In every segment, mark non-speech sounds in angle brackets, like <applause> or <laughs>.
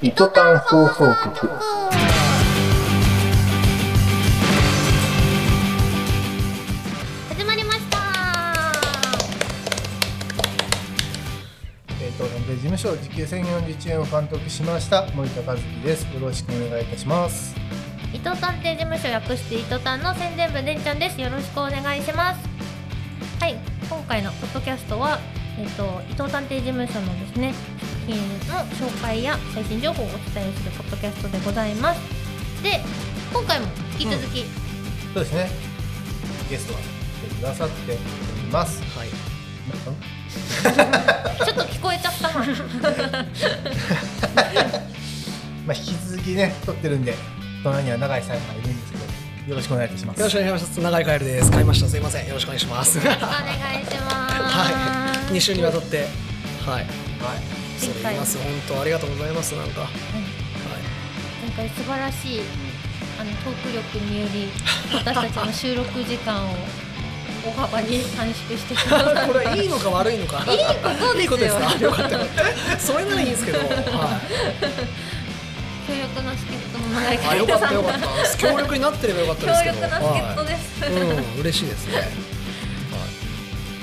糸ン放送局始まりましたえー、東南米事務所時給1041円を監督しました森田和樹ですよろしくお願いいたします伊藤探偵事務所略して伊藤探の宣伝部でんちゃんですよろしくお願いしますはい今回のポッドキャストはえっ、と伊藤探偵事務所のですね作品の紹介や最新情報をお伝えするポッドキャストでございますで今回も引き続き、そうですねゲストは来てくださっておりますはいちょっと聞こえちゃ <laughs> ったなまあ引き続きね撮ってるんで隣には永井さんがいるんですけどよろしくお願いいたしますよろしくお願いします。長いカエルです。買いました。すいません。よろしくお願いします。 <laughs> お願いしますはい。二週にわたって。はい。はいそう言います。本当ありがとうございます。なんか。はい。今回素晴らしいあのトーク力により私たちの収録時間を大幅に短縮してくだ <laughs> さったこれいいのか悪いのか。いいことですよいいことです <laughs> か。よかったよかった。それならいいんですけど。はい。協力の助っ人の長井 <laughs> あ、海よか人ったさんよかった。協力になってればよかったですけ強 <laughs> ど。力な助っ人ですはいうん、嬉しいですね。はい。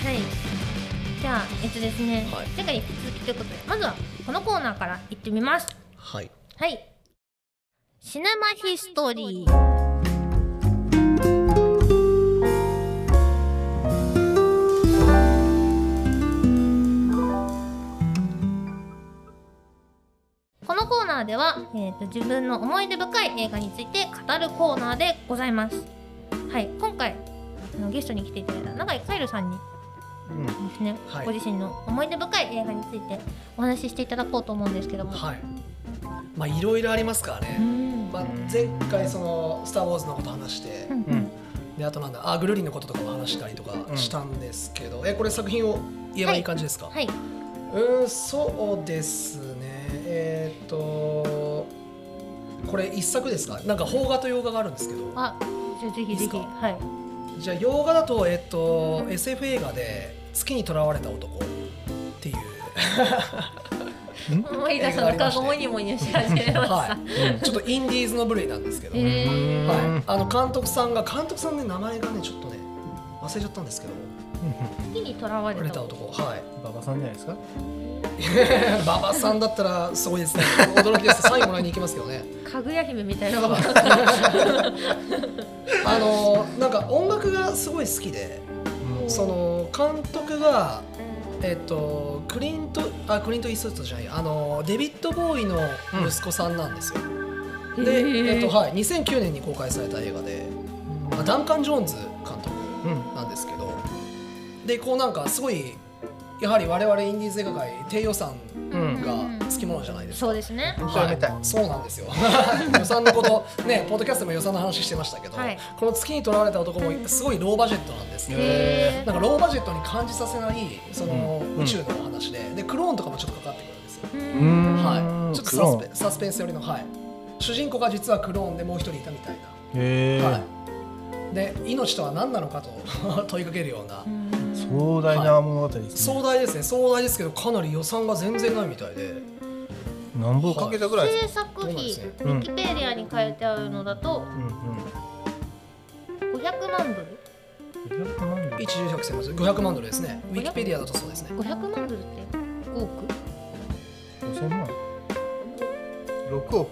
はいじゃあえっとですね、はい前回に引き続きということでまずはこのコーナーから行ってみますはい。はいシネマヒストリーこのコーナーでは、えー、と自分の思い出深い映画について語るコーナーでございます。はい、今回あのゲストに来ていただいた永井カイルさんにうんですね、はいご自身の思い出深い映画についてお話ししていただこうと思うんですけども、はい。まあいろいろありますからうね。んまあ前回そのスターウォーズのこと話して。うんうんであとなんだあグルリンのこととかも話したりとかしたんですけど、えこれ作品を言えばいい感じですか、はい、うーんそうですねえーっとこれ一作ですかなんか邦画と洋画があるんですけどあ、じゃあぜひいいぜっすひ、かはい、じゃあ洋画だとえーっと SF 映画で「月に囚われた男」っていう思い出すのかがモニモニし始めました。はい、ちょっとインディーズの部類なんですけど、えーはい、あの監督さんが監督さんのね名前がねちょっとね忘れちゃったんですけど月にとらわ「れれたた男。男」はい馬場さんじゃないですか馬場さんだったらすごいですね驚きですサインもらいに行きますけどねかぐや姫みたいなのが。あのなんか音楽がすごい好きでうんその監督がえっとクリントあクリント・イーストウッドじゃないあのデビッド・ボーイの息子さんなんですよ、で、えっとはい、2009年に公開された映画で、まあ、ダンカン・ジョーンズ監督うんなんですけどでこうなんかすごいやはり我々インディーズ映画界低予算うんがつきものじゃないですかそうですね。本当やめたいはい、そうなんですよ <laughs> 予算のことねポッドキャストでも予算の話してましたけど、はいこの月にとらわれた男もすごいローバジェットなんですけど、へなんかローバジェットに感じさせないその、うん宇宙のお話ででクローンとかもちょっとかかってくるんですよ、ーううんんはい、ちょっとクサロスペーンサスペンス寄りの、はい、主人公が実はクローンでもう一人いたみたいへな、えはい、で命とは何なのかと <laughs> 問いかけるような壮大な物語ですね壮大ですね壮大ですけどかなり予算が全然ないみたいで何本かけたぐらいです制作費、ウそうなんでねィキすペディアに書いてあるのだとうんうん500万ドル500万ドル一重百戦500万ドルですねウィキペディアだとそうですね ?500 万ドルって5億5000万6億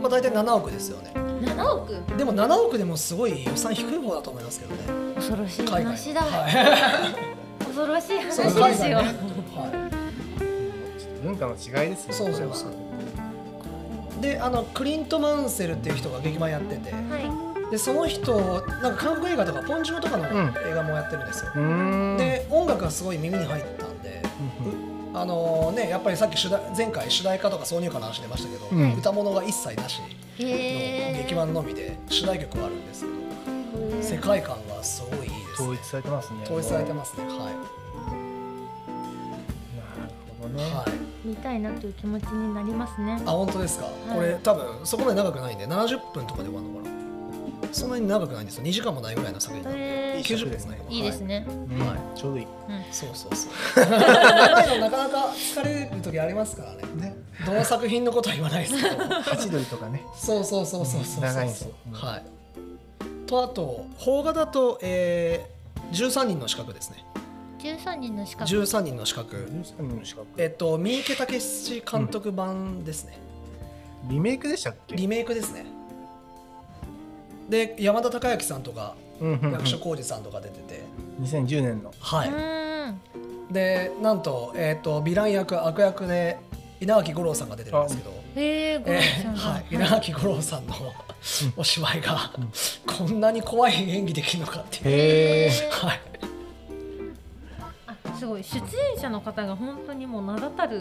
まあ大体7億ですよね ?7 億でも7億でもすごい予算低い方だと思いますけどね恐ろしい海外話だ。 <laughs> はい恐ろしい話そう海です外ねよ。は文化の違いですねい、そうそうそうであのクリント・マンセルっていう人が劇版やっててはでその人なんか韓国映画とかポン・ジュノとかのん映画もやってるんですよ、うーんで音楽がすごい耳に入ったんでうんあのねやっぱりさっき主題前回主題歌とか挿入歌の話出ましたけど、うん歌物が一切なしい。へのえ。劇版のみで主題曲はあるんですけど世界観がすごいいいです、統ね一、されてますね統一されてますねはい、なるほどね、はい、見たいなという気持ちになりますね。あ本当ですか、いこれ多分そこまで長くないんで70分とかで終わるのかなそんなに長くないんですよ2時間もないぐらいの作品なんで、へいいー90分尺ですねいいですね。うんはちょうどいい。そうそうそ <laughs> う長いのなかなか疲れる時ありますからねね、どの作品のことは言わないですけど <laughs> 八ドリとか <laughs> ね。そうそうそうそうそうそう長いんですよはいとあと邦画だと、えー、13人の資格ですね十三人の資格。 13人の資格13の資格えっと三池武史監督版ですね、リメイクでしたっけ？リメイクですねで山田孝之さんとかうんうんうん役所広司さんとか出てて、 2010年の。はういーん。でなんと,、えっとヴィラン役悪役で稲垣吾郎さんが出てるんですけど、ええ、ごめえんーなはさい、稲垣吾郎さんのお芝居が、こんなに怖い演技できるのかっていう、へえ。はい、あ、すごい出演者の方が本当にもう名だたる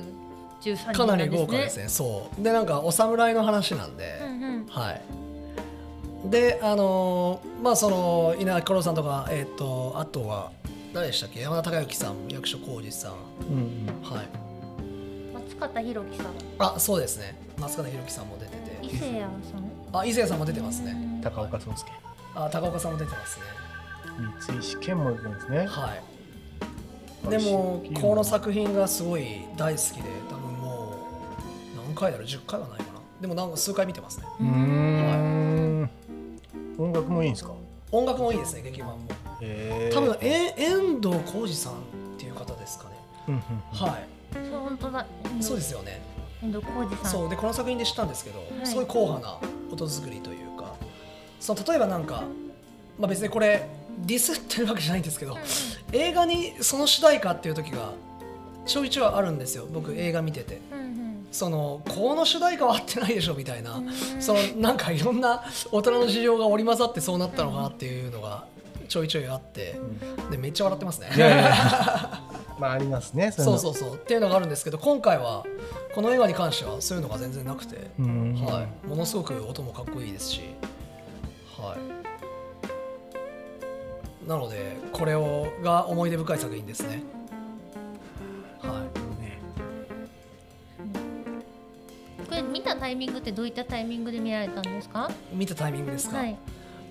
十三人かななんでりすね。豪華ですねそうでなんかお侍の話なんで、うんうん。はいであのーまあその稲垣吾郎さんとか、えー、とあとは誰でしたっけ山田孝之さん役所広司さんうんうん。はい松方弘樹さん、あそうですね松方弘樹さんも出て伊て勢谷さん。あ伊勢さんも出てますね高岡壮介。あ高岡さんも出てますね三石健も出てるんですね。はいでもこの作品がすごい大好きで多分もう何回だろう10回はないかなでもなんか数回見てますねうーん。音楽もいいんですか？音楽もいいですね劇版もへえ。多分え遠藤浩二さんっていう方ですかねうんうん。はそう本当だ。。いそうですすよね遠藤浩二さん。そうでこの作品で知ったんですけど、いすごい硬派な音作りというかその例えばなんか、まあ、別にこれディスってるわけじゃないんですけど、映画にその主題歌っていう時がちょいちょいあるんですよ僕映画見ててうんうん。そのこの主題歌は合ってないでしょみたいな、んそのなんかいろんな大人の事情が織り交ざってそうなったのかなっていうのがちょいちょいあってでめっちゃ笑ってますね。いやいやいや。 <laughs> まあありますね。いそうのそうそうっていうのがあるんですけど今回はこの映画に関してはそういうのが全然なくて、うん。はい、ものすごく音もかっこいいですし、はい、なのでこれをが思い出深い作品ですね、はい、ねこれ見たタイミングってどういったタイミングで見られたんですか？見たタイミングですか、はい。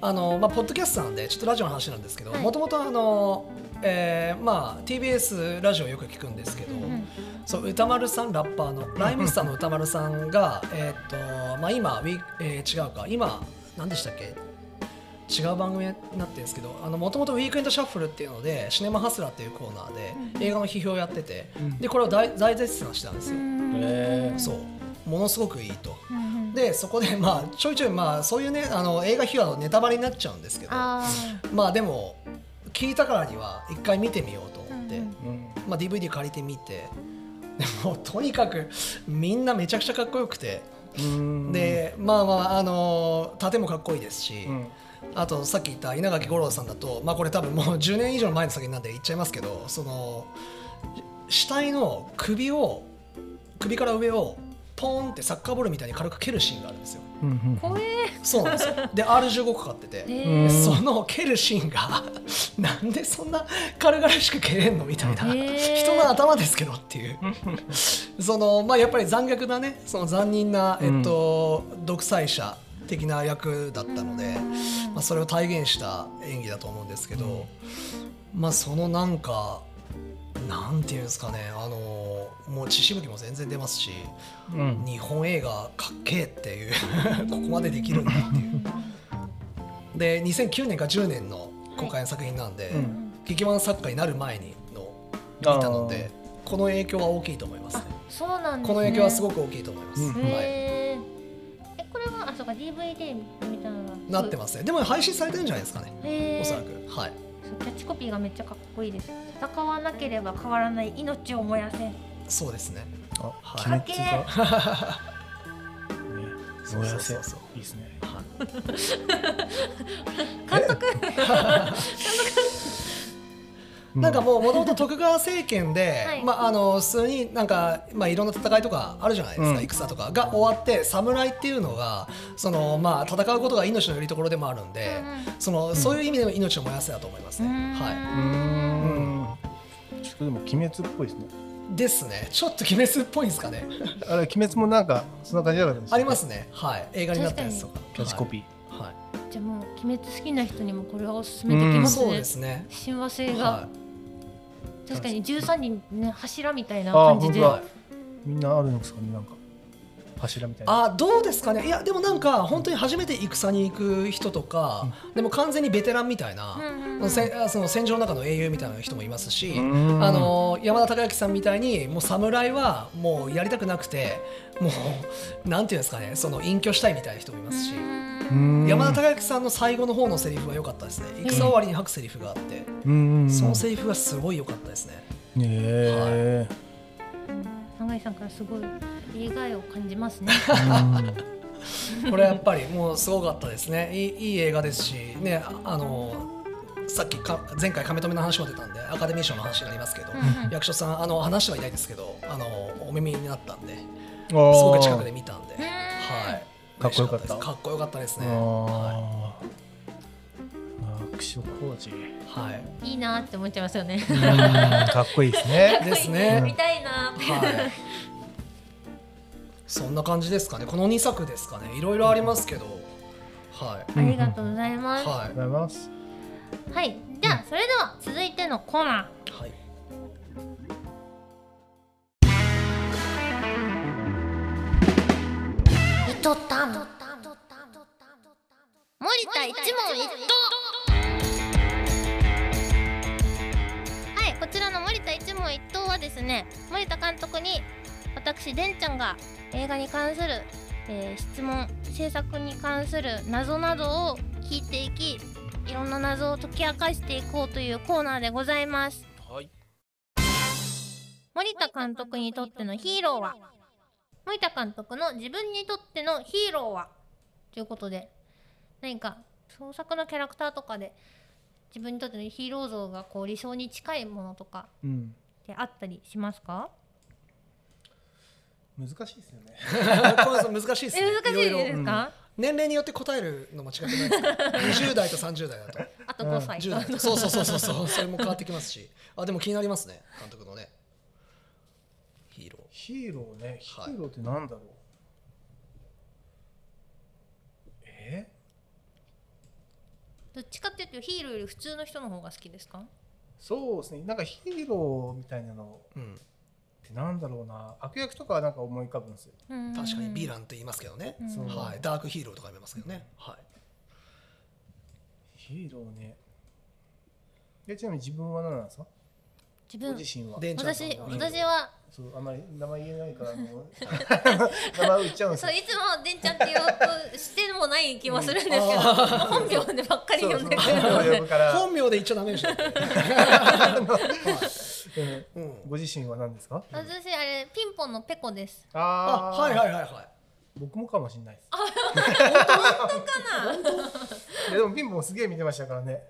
あのまあ、ポッドキャストなんでちょっとラジオの話なんですけどはいもともとあの、えーまあ、TBS ラジオよく聞くんですけど、うんうん。そう歌丸さんラッパーのライムスターの歌丸さんがえーっと、まあ、今ウィ、えー違うか今何でしたっけ違う番組になってるんですけどもともと「ウィークエンドシャッフル」っていうので「シネマハスラー」っていうコーナーで映画の批評をやってて、でこれを大大絶賛したんですよ、へーそうものすごくいいとうんうん。でそこでまあちょいちょいまあそういうねあの映画批評のネタバレになっちゃうんですけどあまあでも聞いたからには一回見てみようと思って、うんうんうん。まあ、DVD 借りてみてでもとにかくみんなめちゃくちゃかっこよくて、うん。でまあまああのー盾もかっこいいですし、うん。あとさっき言った稲垣吾郎さんだと、まあ、これ多分もう10年以上前の作品なんで言っちゃいますけどその死体の首を首から上をポーンってサッカーボールみたいに軽く蹴るシーンがあるんですようんうんあ。怖えそうなんですよで R15 かかってて、ー。うんその蹴るシーンがなんでそんな軽々しく蹴れんのみたいな、へー人の頭ですけどっていうそのまあやっぱり残虐なねその残忍な、えっと独裁者的な役だったので、まあ、それを体現した演技だと思うんですけど、まあそのなんかなんていうんですかねあのもう血しぶきも全然出ますしうん。日本映画かっけえっていう <laughs> ここまでできるんだっていう。で2009年か10年の公開の作品なんで、うん劇版作家になる前にの見たのでこの影響は大きいと思いますねそうなんですね。この影響はすごく。く大きいと思います、うんはい、え、これはあそうか DVD みたいなのが。なってますねでも配信されてるんじゃないですかねへーおそらくはいそうキャッチコピーがめっちゃかっこいいです。戦わなければ変わらない命を燃やせ。そうですねあ、はい鬼滅が。ね <laughs> そう燃そやうせそうそう。いいですね。監督。なんかもうもともと徳川政権 <laughs> で、はいまああの普通になんかまあいろんな戦いとかあるじゃないですか、うん戦とかが終わって侍っていうのがそのまあ戦うことが命のより所でもあるんで、うんそのそういう意味での命を燃やせだと思いますね、うんはうん。ちょっとでも鬼滅っぽいですね。いですねちょっと鬼滅っぽいんですかねあれ鬼滅もなんかそんな感じだったんですよありますねはい映画になったやつとかキャッチコピー。ーはい、じじゃあもう「鬼滅」好きな人にもこれはおすすめできますそうねですね。親和性が、は確かに13人ね柱みたいなあ感じ本当でだみんなあるんですかねなんか柱みたいい、なあどうですかねいやでもなんか本当に初めて戦に行く人とか、でも完全にベテランみたいな、うんうんうんせんあその戦場の中の英雄みたいな人もいますし、うんあの山田孝之さんみたいにもう侍はもうやりたくなくてもうなんていうんですかねその隠居したいみたいな人もいますうし、ん山田孝之さんの最後の方のセリフは良かったですね戦終わりに吐くセリフがあって、うんうんそのセリフがすごい良かったですね、ねえ永井さんからすごい映画愛を感じます <laughs> ねこれやっぱりもうすごかったですねいいいい映画ですしねああのさっきか前回亀止めの話も出たんでアカデミー賞の話になりますけど、うんうん役所さんあの話はいないですけどあのお耳になったんです <laughs> ごすごく近くで見たんで、んはい、かっこよかった嬉しですかっこよかったですね、はあー役所工事いはいいいなって思っちゃいますよねうんかっこいいです <laughs> ねです <laughs> ね見たいなってはい。そんな感じですかね。この二作ですかね。いろいろありますけど、はいありがとうございます、ははありがとうございますい、じゃあそれでは続いてのコーナいはい。ー「いとたん」森田一問一答はいこちらの森田一問一答はですね森田監督に私でんちゃんが映画に関する、えー質問制作に関する謎などを聞いていきいろんな謎を解き明かしていこうというコーナーでございますはい。森田監督にとってのヒーローは森田監督の自分にとってのヒーローはということで何か創作のキャラクターとかで自分にとってのヒーロー像がこう理想に近いものとかうんってあったりしますか難しいですよねこれ難しいですえね。難しいろろですか年齢によって答えるのも違くないですか。二十代と三十代だと、あと5歳十代だと、そうそうそうそうそう、それも変わってきますし。あ、でも気になりますね。監督のね。ヒーロヒーローね、ヒーローってなんだろう、えどっちかっていうとヒーローより普通の人の方が好きですかそうですね、なんかヒーローみたいなのー。うん。ってなんだろうな、悪役とかはなんか思い浮かぶんですよ。確確かにヴィラランって言いますけどね。そうはい、ダークヒーローとか言いますけどね。はい。ヒーローね。でちなみに自分は何なんですか、自ご分自身は。でんちゃんさん私は私はそうあんまり名前言えないから、あの <laughs> 名前言っちゃうんですそうよ。いつもでんちゃんって言おうとしてもない気もするんですけど、うん本名でばっかり呼んでくるそうそう呼ぶから本名で言っちゃダメでしょ。うんうん。ご自身は何ですか <laughs> 私あれピンポンのペコですあ、あーはいはいはいはい。僕もかもしれない <laughs> です。本当かなでもピンポンすげえ見てましたからね。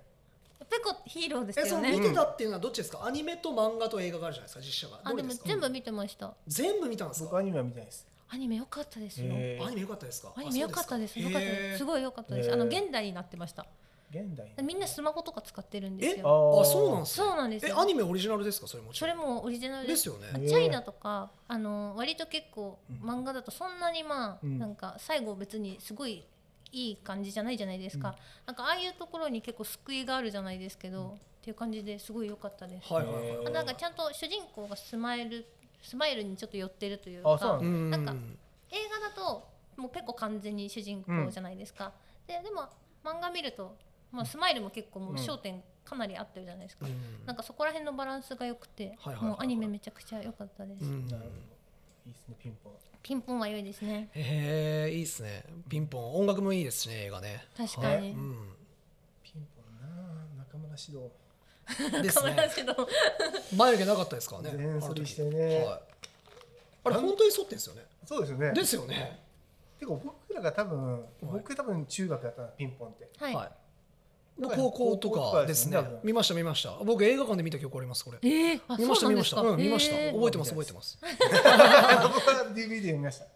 ペコヒーローですえ、そよの見ねてたっていうのはどっちですか、アニメと漫画と映画があるじゃないですか、実写が。あどでれもすか全部見てました全部見たんです僕かアニメは見てないです。アニメ良かったですよへーアニメ良かったですかアニメ良かったです良かったですすごいごい良かったでへすーあの現代になってました現代みんなスマホとか使ってるんですえあよあーそうなんですそうなんですえよアニメオリジナルですかそれもちそろれんもオリジナルですよねチャイナとかあの割と結構うん漫画だとそんなにまあ、うんなんか最後別にすごいいい感じじゃないじゃないですか、なんかああいうところに結構救いがあるじゃないですけど、っていう感じですごい良かったです、はいはいはいあなんかちゃんと主人公がスマイルスマイルにちょっと寄ってるというかあそうなのうんなんか映画だともう結構完全に主人公じゃないですか、ででも漫画見ると、まあ、スマイルも結構もう焦点かなり合ってるじゃないですか、うんなんかそこら辺のバランスが良くて、はいはいはいはいもうアニメめちゃくちゃ良かったです、うんなるほど。いいですね、ピンポン。ピンポンは良いですねへえいいですねピンポン音楽もいいですしね映画ね確かに、うんピンポンなあ、中村獅童。 <laughs> です亀ね梨の眉毛なかったですからね全剃りあの時してねはいあれ本当に剃ってんですよねそうですよね。ですよねてか僕らが多分、僕多分中学だったな、ピンポンって。はい、い高校とかですね高校とかですね見ました見ました僕映画館で見た記憶ありますこれええあ見ましそたうなん見までしすたかうん見ましたええ覚えてます覚えてます僕は DVD 見ました。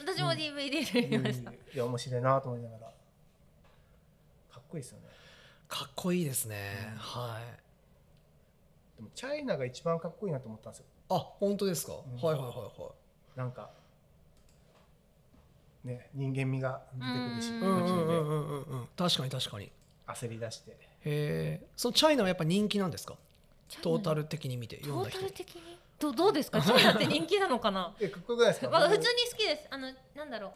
私も DVD で見ました、いや、面白いなと思いながら。かっこいいですよね。かっこいいですねはいでも、チャイナが一番かっこいいなと思ったんですよ。あ本当ですか、んはいはいはいはいなんか。ね、人間味が出てくるし、うんう途んう中んうんでうんうん確かに確かにへ焦り出して。えそのチャイナはやっぱ人気なんですかチャイナトータル的に見てト <laughs> 読んだータ人ル的にどどうですかチャイナって人気なのかなえ、かっこよくないですかまあ普通に好きですあのなんだろう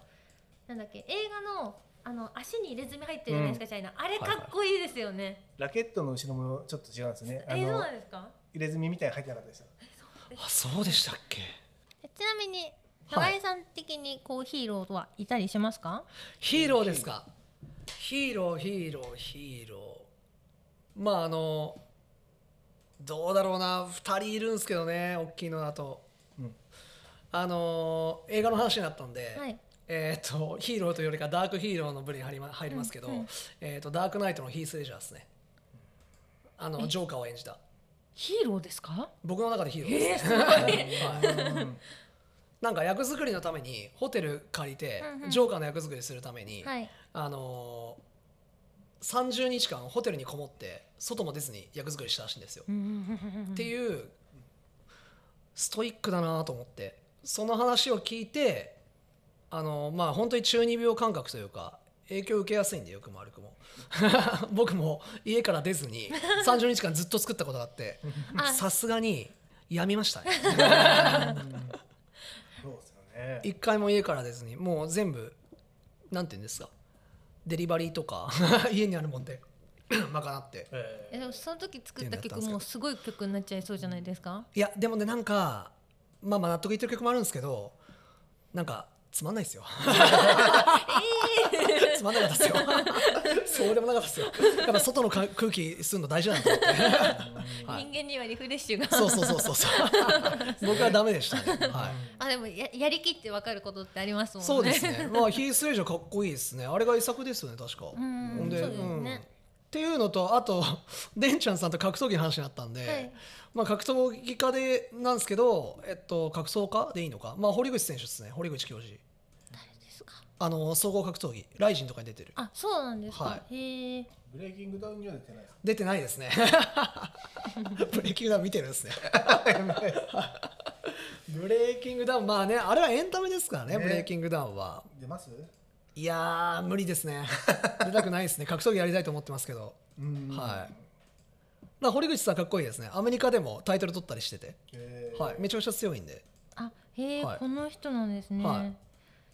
なんだっけ映画のあの足に入れ墨入ってるじゃないですか、チャイナあれかっこいいですよね、ラケットの後ろもちょっと違うんですね。あえどうのなんですか入れ墨みたいに入ってなかったですよ。あそうでしたっけちなみにはい永井さん的にこうヒーローはいたりしますか、ヒーローですかヒーローヒーローヒーローまああのどうだろうな2人いるんですけどね大きいのだと、うんあの映画の話になったんで、はいえー、とヒーローというよりかダークヒーローの部類に入りま入りますけど、えー、とダークナイトのヒース・レジャーですねあのジョーカーを演じたヒーローですか僕の中でヒーローです、 <laughs> はい <laughs> なんか役作りのためにホテル借りて、うんうんジョーカーの役作りするために、はいあのー、30日間ホテルにこもって外も出ずに役作りしたらしいんですよ。っていうストイックだなと思ってその話を聞いてあのーまあ本当に中二病感覚というか影響を受けやすいんでよくも悪くも <laughs> 僕も家から出ずに30日間ずっと作ったことがあってあさすがにやみましたねそうですよね。一回も家から出ずにもう全部なんて言うんですかデリバリーとか <laughs> 家にあるもんで <coughs> 賄ってええでもその時作っってたいうのやったん曲ですけどもうすごい曲になっちゃいそうじゃないですかいやでもねなんかまあまあ納得いってる曲もあるんですけどなんかつまんないですよ。 <laughs> つまんなかったですよ。そうでもなかったですよ。やっぱ外のか空気吸うの大事なんだと思って。はい人間にはリフレッシュがそうそうそうそうそう。僕はダメでしたね。は <laughs> あでもややりきって分かることってありますい。もんねそうですね。まあヒースレジャーかっこいいですね。あれが遺作ですよね確か。うんほんでそうですうんっねていうのとあと <laughs> でんちゃんさんと格闘技の話になったんで、はいまあ、格闘技家でなんですけど、えっと、格闘家でいいのか、まあ、堀口選手ですね堀口教授誰ですかあの総合格闘技ライジンとかに出てるあそうなんですか、はへえブレイキングダウンには出てないです。出てないですねブレイキングダウン見てるんですね <laughs> ブレイキングダウンまあねあれはエンタメですからねねブレイキングダウンは出ます？いやー無理ですね出たくないですね格闘技やりたいと思ってますけどうんはい。な堀口さんかっこいいですね。アメリカでもタイトル取ったりしてて、えーはい、めちゃくちゃ強いんで。あへえ、はいこの人なんですね、はい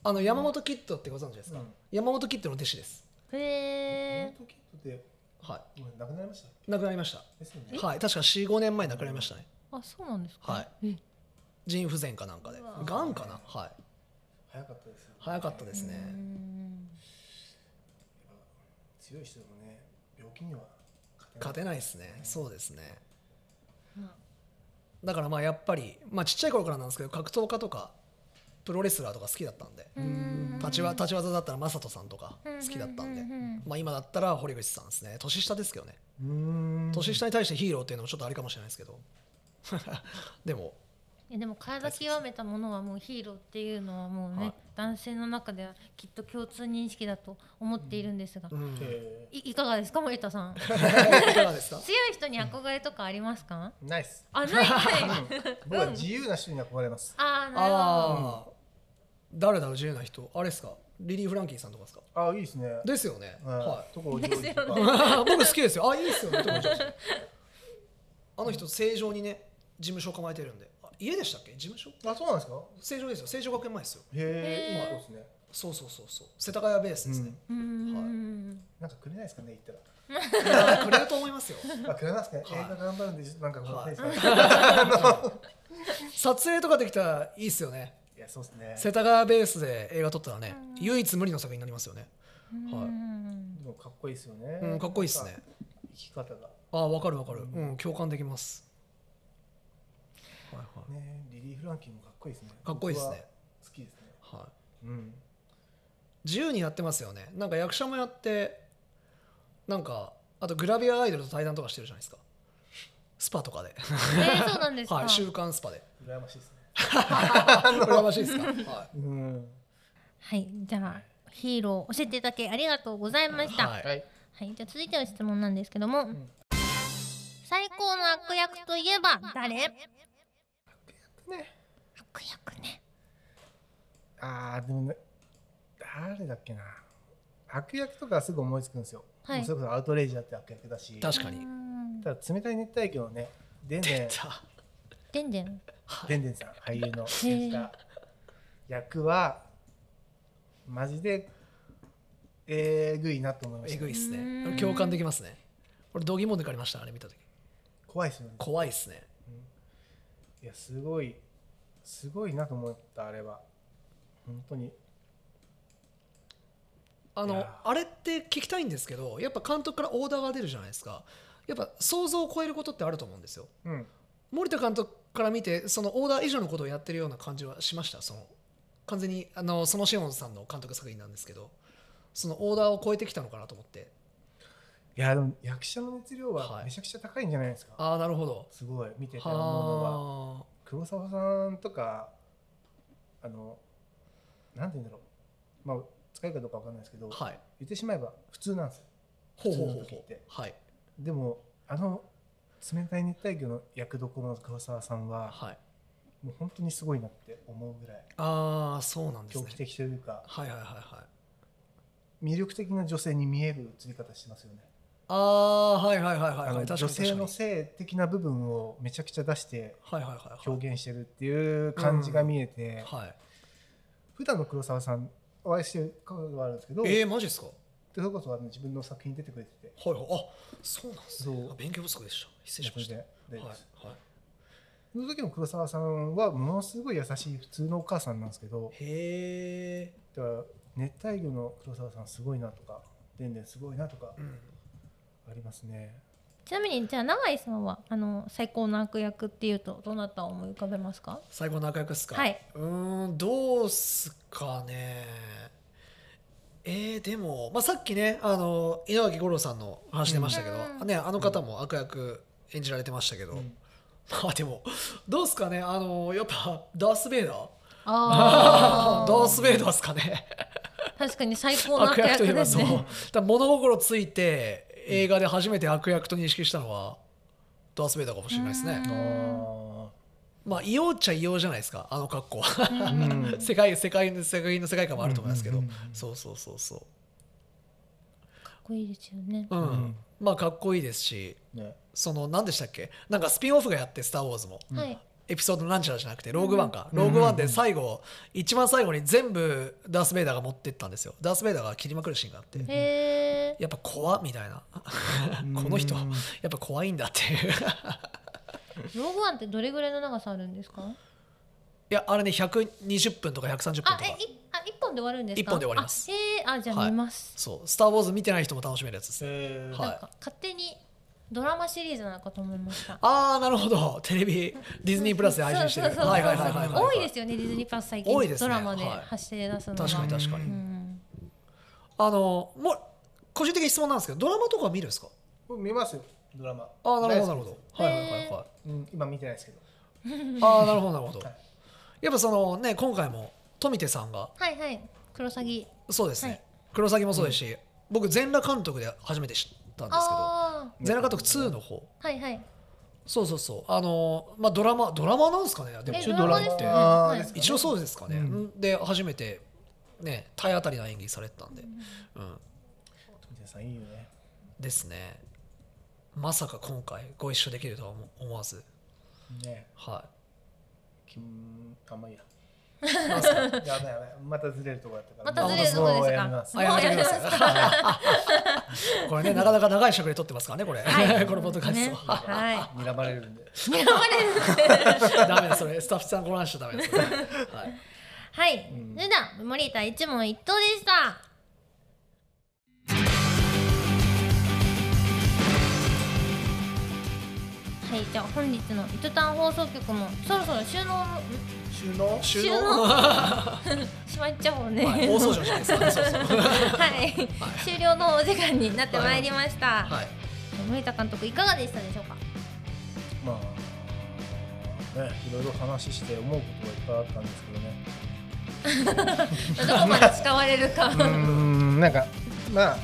あの山本キッドってご存知ですか、うん山本キッドの弟子です。へええー、トキットってはもうなくなりました。い。亡くなりました。ですよね。はい。確か4、5年前に亡くなりましたね。あそうなんですかはえ腎不全かなんかで。うわがんかなはい。早かったですよ、ね。早かったですね。うん強い人でもね、病気には勝てない。勝てないですね。そうですね。だからまあやっぱり、まあちっちゃい頃からなんですけど、格闘家とか、プロレスラーとか好きだったんで、うん立ちわ立ち技だったら正人さんとか好きだったんでうんうんうんうん、まあ今だったら堀口さんですね。年下ですけどね。うーん。年下に対してヒーローっていうのもちょっとありかもしれないですけど <laughs> でもいやでも体極めたものはもうヒーローっていうのはもうね、はい男性の中ではきっと共通認識だと思っているんですが、うんえいいかがですか森田 <laughs> さん強いかがですかい人に憧れとかありますか、ー、ナイス。 <laughs> あないない僕は自由な人に憧れます。 <laughs> あーなるほどああ誰だろう自由な人あれですかリリー・フランキーさんとかですかああ、いいですね。ですよねははい。とこ上で手すよとねか。い <laughs> 僕好きですよあいいです <laughs> よねって思っちゃいましたあの人正常にね事務所構えてるんであ家でしたっけ事務所あ、そうなんですか。正常ですよ正常学園前ですよへへーえ。そうですね。そうそうそうそう世田谷ベースですね、うーんなんかくれないですかね、言ったら。いやくれると思 <laughs> いますよあ、くれますか、ね。はい映画頑張るんで、なんかこのはいテンション。撮影とかできたらいいですよねいや、そうですね。世田谷ベースで映画撮ったらね、唯一無二の作品になりますよね、はいうんでもかっこいいですよね。うん、かっこいいですね。生き方が。ああ分かる分かる、うん、共感できます、はいはいね、リリー・フランキーもかっこいいですね。かっこいいです僕ねは好きですね。はい、うん。自由にやってますよねなんか役者もやってなんかあとグラビアアイドルと対談とかしてるじゃないですかスパとかでえー、そうなんですか、はい週刊スパで羨ましいですね。羨まし <laughs> いですか、はうん。はい、じゃあヒーロー教えていただきありがとうございました。ははいい、はい。じゃあ続いての質問なんですけども、最高の悪役といえば誰？悪ね。役ね。ああ、でもね。誰だっけな悪役とかすぐ思いつくんですよ、はいもうそれこそアウトレイジだって悪役だし確かにうんただ冷たい熱帯魚のねでんで出んたでんでん。はでいんでんさん俳優のーやった役はマジでえぐいなと思いまえしたぐいっすうねん共感できますね俺度肝抜かれましたあれ見た時怖いですよね怖いっすねいやすごいすごいなと思ったあれは本当にあいのやあれって聞きたいんですけどやっぱ監督からオーダーが出るじゃないですかやっぱ想像を超えることってあると思うんですようん森田監督から見てそのオーダー以上のことをやってるような感じはしましたその完全にあのそのシオンさんの監督作品なんですけどそのオーダーを超えてきたのかなと思っていやでも役者の熱量ははいめちゃくちゃ高いんじゃないですか、ああなるほどすごい見てて思うのははあ黒沢さんとかあのなんて言うんだろうまあ使えるかどうかわかんないですけど、はい言ってしまえば普通なんですよほうほ普う通ほのう時ほっうてはいでもあの冷たい熱帯魚の役どころの黒沢さんははいもう本当にすごいなって思うぐらいああそうなんです狂ね気的というかはいはいはいはい魅力的な女性に見える映り方してますよね、ああはいはいはいはいあはのい確女かに確性かにの性的な部分をめちゃくちゃ出してはいはいはいはい表現してるっていう感じが見えて、はい普段の黒沢さんお会いしてることがあるんですけど、えー、マジですかでそれこそあの自分の作品に出てくれててはいはいあそうなんですそねうあ勉強不足でした失礼しましたいやそれで大丈夫はですいはいその時の黒沢さんはものすごい優しい普通のお母さんなんですけどへえ、だから熱帯魚の黒沢さんすごいなとかでんでんすごいなとかうん、ありますね、ちなみに、じゃあ、永井さんは、あの、最高の悪役っていうと、どなたを思い浮かべますか。最後の仲良くっすかはい、うーんどうっすかねえー、でも、まあ、さっきねあの稲垣吾郎さんの話出ましたけど、うんね、あの方も悪役演じられてましたけど、うん <laughs> まあでもどうっすかねあのやっぱダース・ベイダーあ <laughs> ダース・ベイダーっすかね <laughs> 確かに最高の悪悪役といえ役ばですそうだね。から物心ついて映画で初めて悪役と認識したのはダース・ベイダーかもしれないですね、うんあまあ異様っちゃ異様じゃないですかあの格好はあうん世界世界の作品の世界観もあると思いますけど、うんうんうんうんそうそうそうそかっこいいですよね。ううん、うんまあかっこいいですし <laughs> ねその何でしたっけなんかスピンオフがやって「スター・ウォーズ」もんはい。エピソードなんちゃらじゃなくてローグワンか、うんローグワンで最後、一番最後に全部ダース・ベイダーが持ってったんですよダース・ベイダーが切りまくるシーンがあって、うんへえ。やっぱ怖っみたいなこの人うんやっぱ怖いんだっていういローグワンって、どれぐらいの長さあるんですか。やあれね120分とか130分とかあ、え、い、あ、一本で終わるんですか。一本で終わりますあへえ、あ、じゃはあ、い見ます。そう「スター・ウォーズ」見てない人も楽しめるやつですねえーはいなんか、勝手に。ドラマシリーズなのかと思いました。ああなるほど <laughs> テレビディズニープラスで配信してるそうそうそうはいはいはいはいはい多いですよね、ディズニープラス最多いで近すねドラマではい発生出すのが。確かに確かうにん。あのもう個人的に質問なんですけどドラマとか見るんですか僕見ますよドラマああなるほどな大好るほきどはいはいはいはですうん、今見てないですけどいああなるほどなるほどはいやっぱそのね今回も富手さんがはいはい、クロサギ。そうですはいね黒崎もそうですし僕全裸監督で初めて知ったんですけどあうん全裸監督2の方あ、はいはい。そうそうそうあのまあドラマドラマなんですかねでもえ一応ドラマですよねあーはいですかね一応そうですかね、うで初めてね体当たりな演技されてたんで、うん、富田さんいいよねですねまさか今回ご一緒できるとは思思わずねはきんあん <laughs> まいいやいなんすかやばいやばいまたずれるとこだったからまたずれるとこでもうすやか。めますあやめますもうやめますこれねなかなか長い尺で撮ってますからねこれ、このポッドキャスねト <laughs> はは睨まれるんでい。嫌われる。ダメだそれスタッフさんご覧しちゃダメだそれ、はい、はい。うんそれでは、森田一問一答でした。はい、じゃあ本日の糸端放送局もそろそろ収納のん収納収収納、納はしまっちゃうもんね。い、大掃除の時間ですからねそうそうはい、はい、終了のお時間になってまいりました、はい、森田監督いかがでしたでしょうかまあねいろいろ話して思うことがいっぱいあったんですけどねどこまで使われるかうーんなんかまあ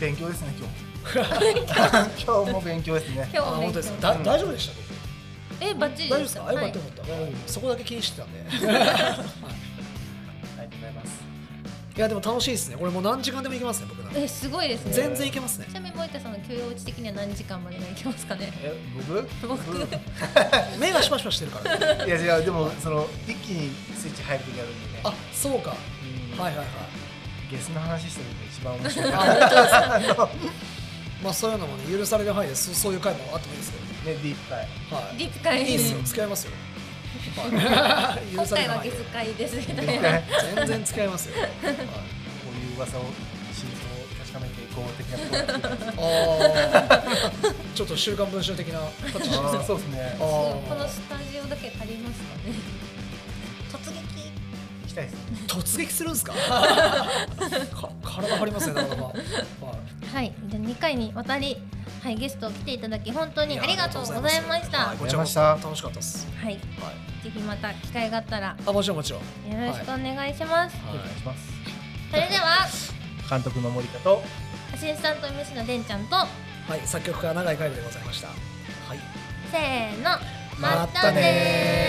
勉強ですね今日 <laughs> 今日も勉強ですねあ今日も本勉当強ですだ大丈夫でした僕えバッチリ大丈夫ですか、あよはかっいたよかった、はいそこだけ気にしてたんではいとうございます。いやでも楽しいですねこれもう何時間でも行けますね僕ならえすごいですね全然行けますねちなみに森田さんの休養値的には何時間までがいけますかねえ、僕僕目がシュパシュパしてるから、ね、いや違う、でもその一気にスイッチ入るときあるんでね。あそうかはうんいはいはいゲスの話してるのが一番面 <laughs> 白いあな。本当ですかあのまあそういうのもね許される範囲でそそういう回もあってもいいですけどねね、ディープ会。はい月会いいですよ付き合い <laughs> ますよ、はい今許され回るは範月会囲でですみたディーいプな会全然付き合いますよ、はいこういう噂を真相を確かめていこう的なこと <laughs> を聞いてあーちょっと週刊文春的なタッチしてまますす。あーそうですねあ。このースタジオだけ借りますかね突撃行きたいですね。突撃するんで <laughs> すかか体張りますねなかなか、はいはいじゃあ2回にわたりはいゲスト来ていただき本当にありがとうございましたははいい、こちらこそありが楽しかったです。はい。ぜひまた機会があったらよあ、もちろんもちろん。ろしくお願いします、お願いします。それでは監督の森田と。アシスタント MC のでんちゃんとはい、作曲家永井海部でございました。はい。せーのまたねー